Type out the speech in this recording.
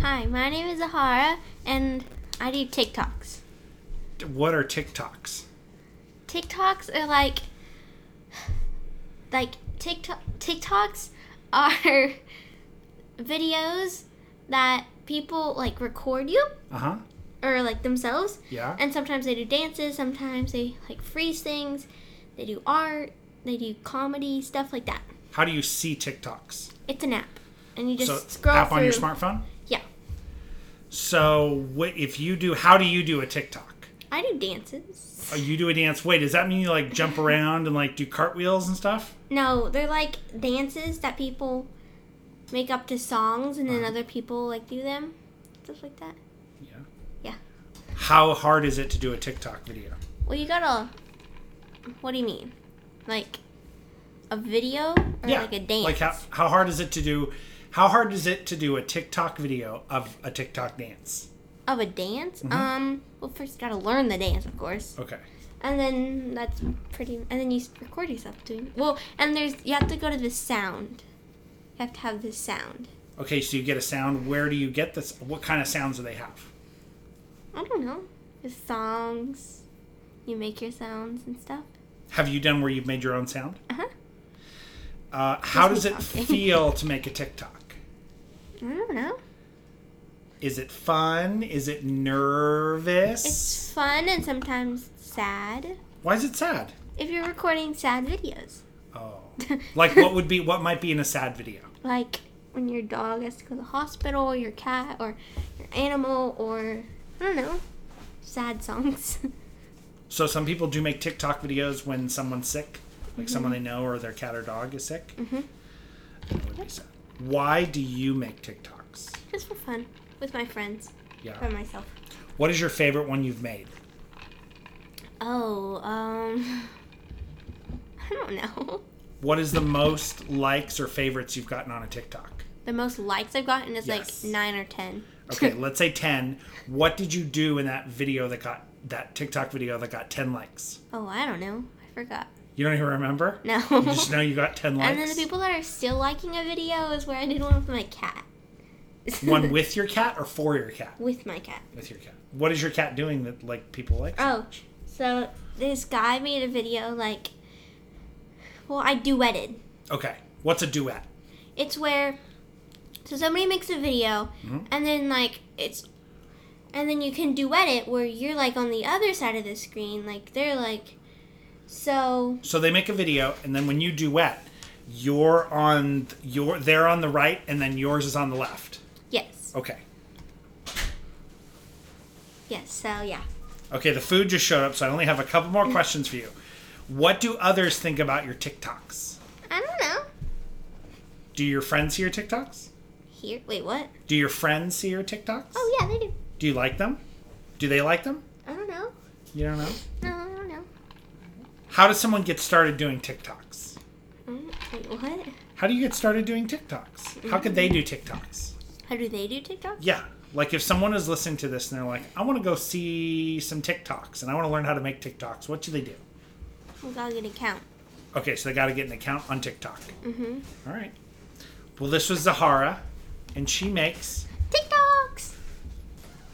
Hi, my name is Zahara, and I do TikToks. What are TikToks? TikToks are like, like TikTok TikToks are videos that people like record you Uh huh. or like themselves, Yeah. and sometimes they do dances, sometimes they like freeze things, they do art, they do comedy stuff like that. How do you see TikToks? It's an app, and you just so scroll app through. on your smartphone. Yeah, So what if you do? How do you do a TikTok? I do dances. Oh, you do a dance. Wait, does that mean you like jump around and like do cartwheels and stuff? No, they're like dances that people make up to songs and then other people like do them. Stuff like that. Yeah. Yeah. How hard is it to do a TikTok video? Well, you gotta. What do you mean? Like a video or like a dance? Like how how hard is it to do? How hard is it to do a TikTok video of a TikTok dance? of a dance? Mm-hmm. Um, well, first you gotta learn the dance, of course. Okay. And then that's pretty. And then you s- record yourself doing. Well, and there's. You have to go to the sound. You have to have the sound. Okay, so you get a sound. Where do you get this? What kind of sounds do they have? I don't know. The songs. You make your sounds and stuff. Have you done where you've made your own sound? Uh-huh. Uh, how does Just me talking. it feel to make a TikTok? I don't know. Is it fun? Is it nervous? It's fun and sometimes sad. Why is it sad? If you're recording sad videos, Oh, like what would be what might be in a sad video? like when your dog has to go to the hospital, or your cat, or your animal, or I don't know, sad songs. So some people do make TikTok videos when someone's sick, Mm-hmm. like someone they know or their cat or dog is sick. Mm-hmm. That would be sad. Why do you make TikToks? Just for fun with my friends, by Yeah. myself. What is your favorite one you've made? Oh, um, I don't know. What is the most likes or favorites you've gotten on a TikTok? The most likes I've gotten is Yes. like nine or ten. Okay, let's say 10. What did you do in that video that got that TikTok video that got 10 likes? Oh, I don't know. I forgot. You don't even remember? No. You just know you got 10 likes. and then the people that are still liking a video is where I did one with my cat. One with your cat or for your cat? with my cat. With your cat. What is your cat doing that like people like? Oh, so this guy made a video like, well, I duetted. Okay. What's a duet? It's where, so somebody makes a video, and then like it's, and then you can duet it where you're like on the other side of the screen, like they're like, so So they make a video and then when you duet, you're on th- your they're on the right and then yours is on the left. yes, Okay. yes, so yeah. Okay, the food just showed up, so I only have a couple more questions for you. What do others think about your TikToks? I don't know. Do your friends see your TikToks? Here, wait, what? Do your friends see your TikToks? Oh yeah, they do. Do you like them? Do they like them? I don't know. You don't know. No, I don't know. How does someone get started doing TikToks? Mm, Wait, what? How do you get started doing TikToks? How could they do TikToks? How do they do TikTok? Yeah. Like if someone is listening to this and they're like, I want to go see some TikToks and I want to learn how to make TikToks, what should they do? We gotta get an account. Okay, so they got to get an account on TikTok. Mm-hmm. right. Well, this was Zahara, and she makes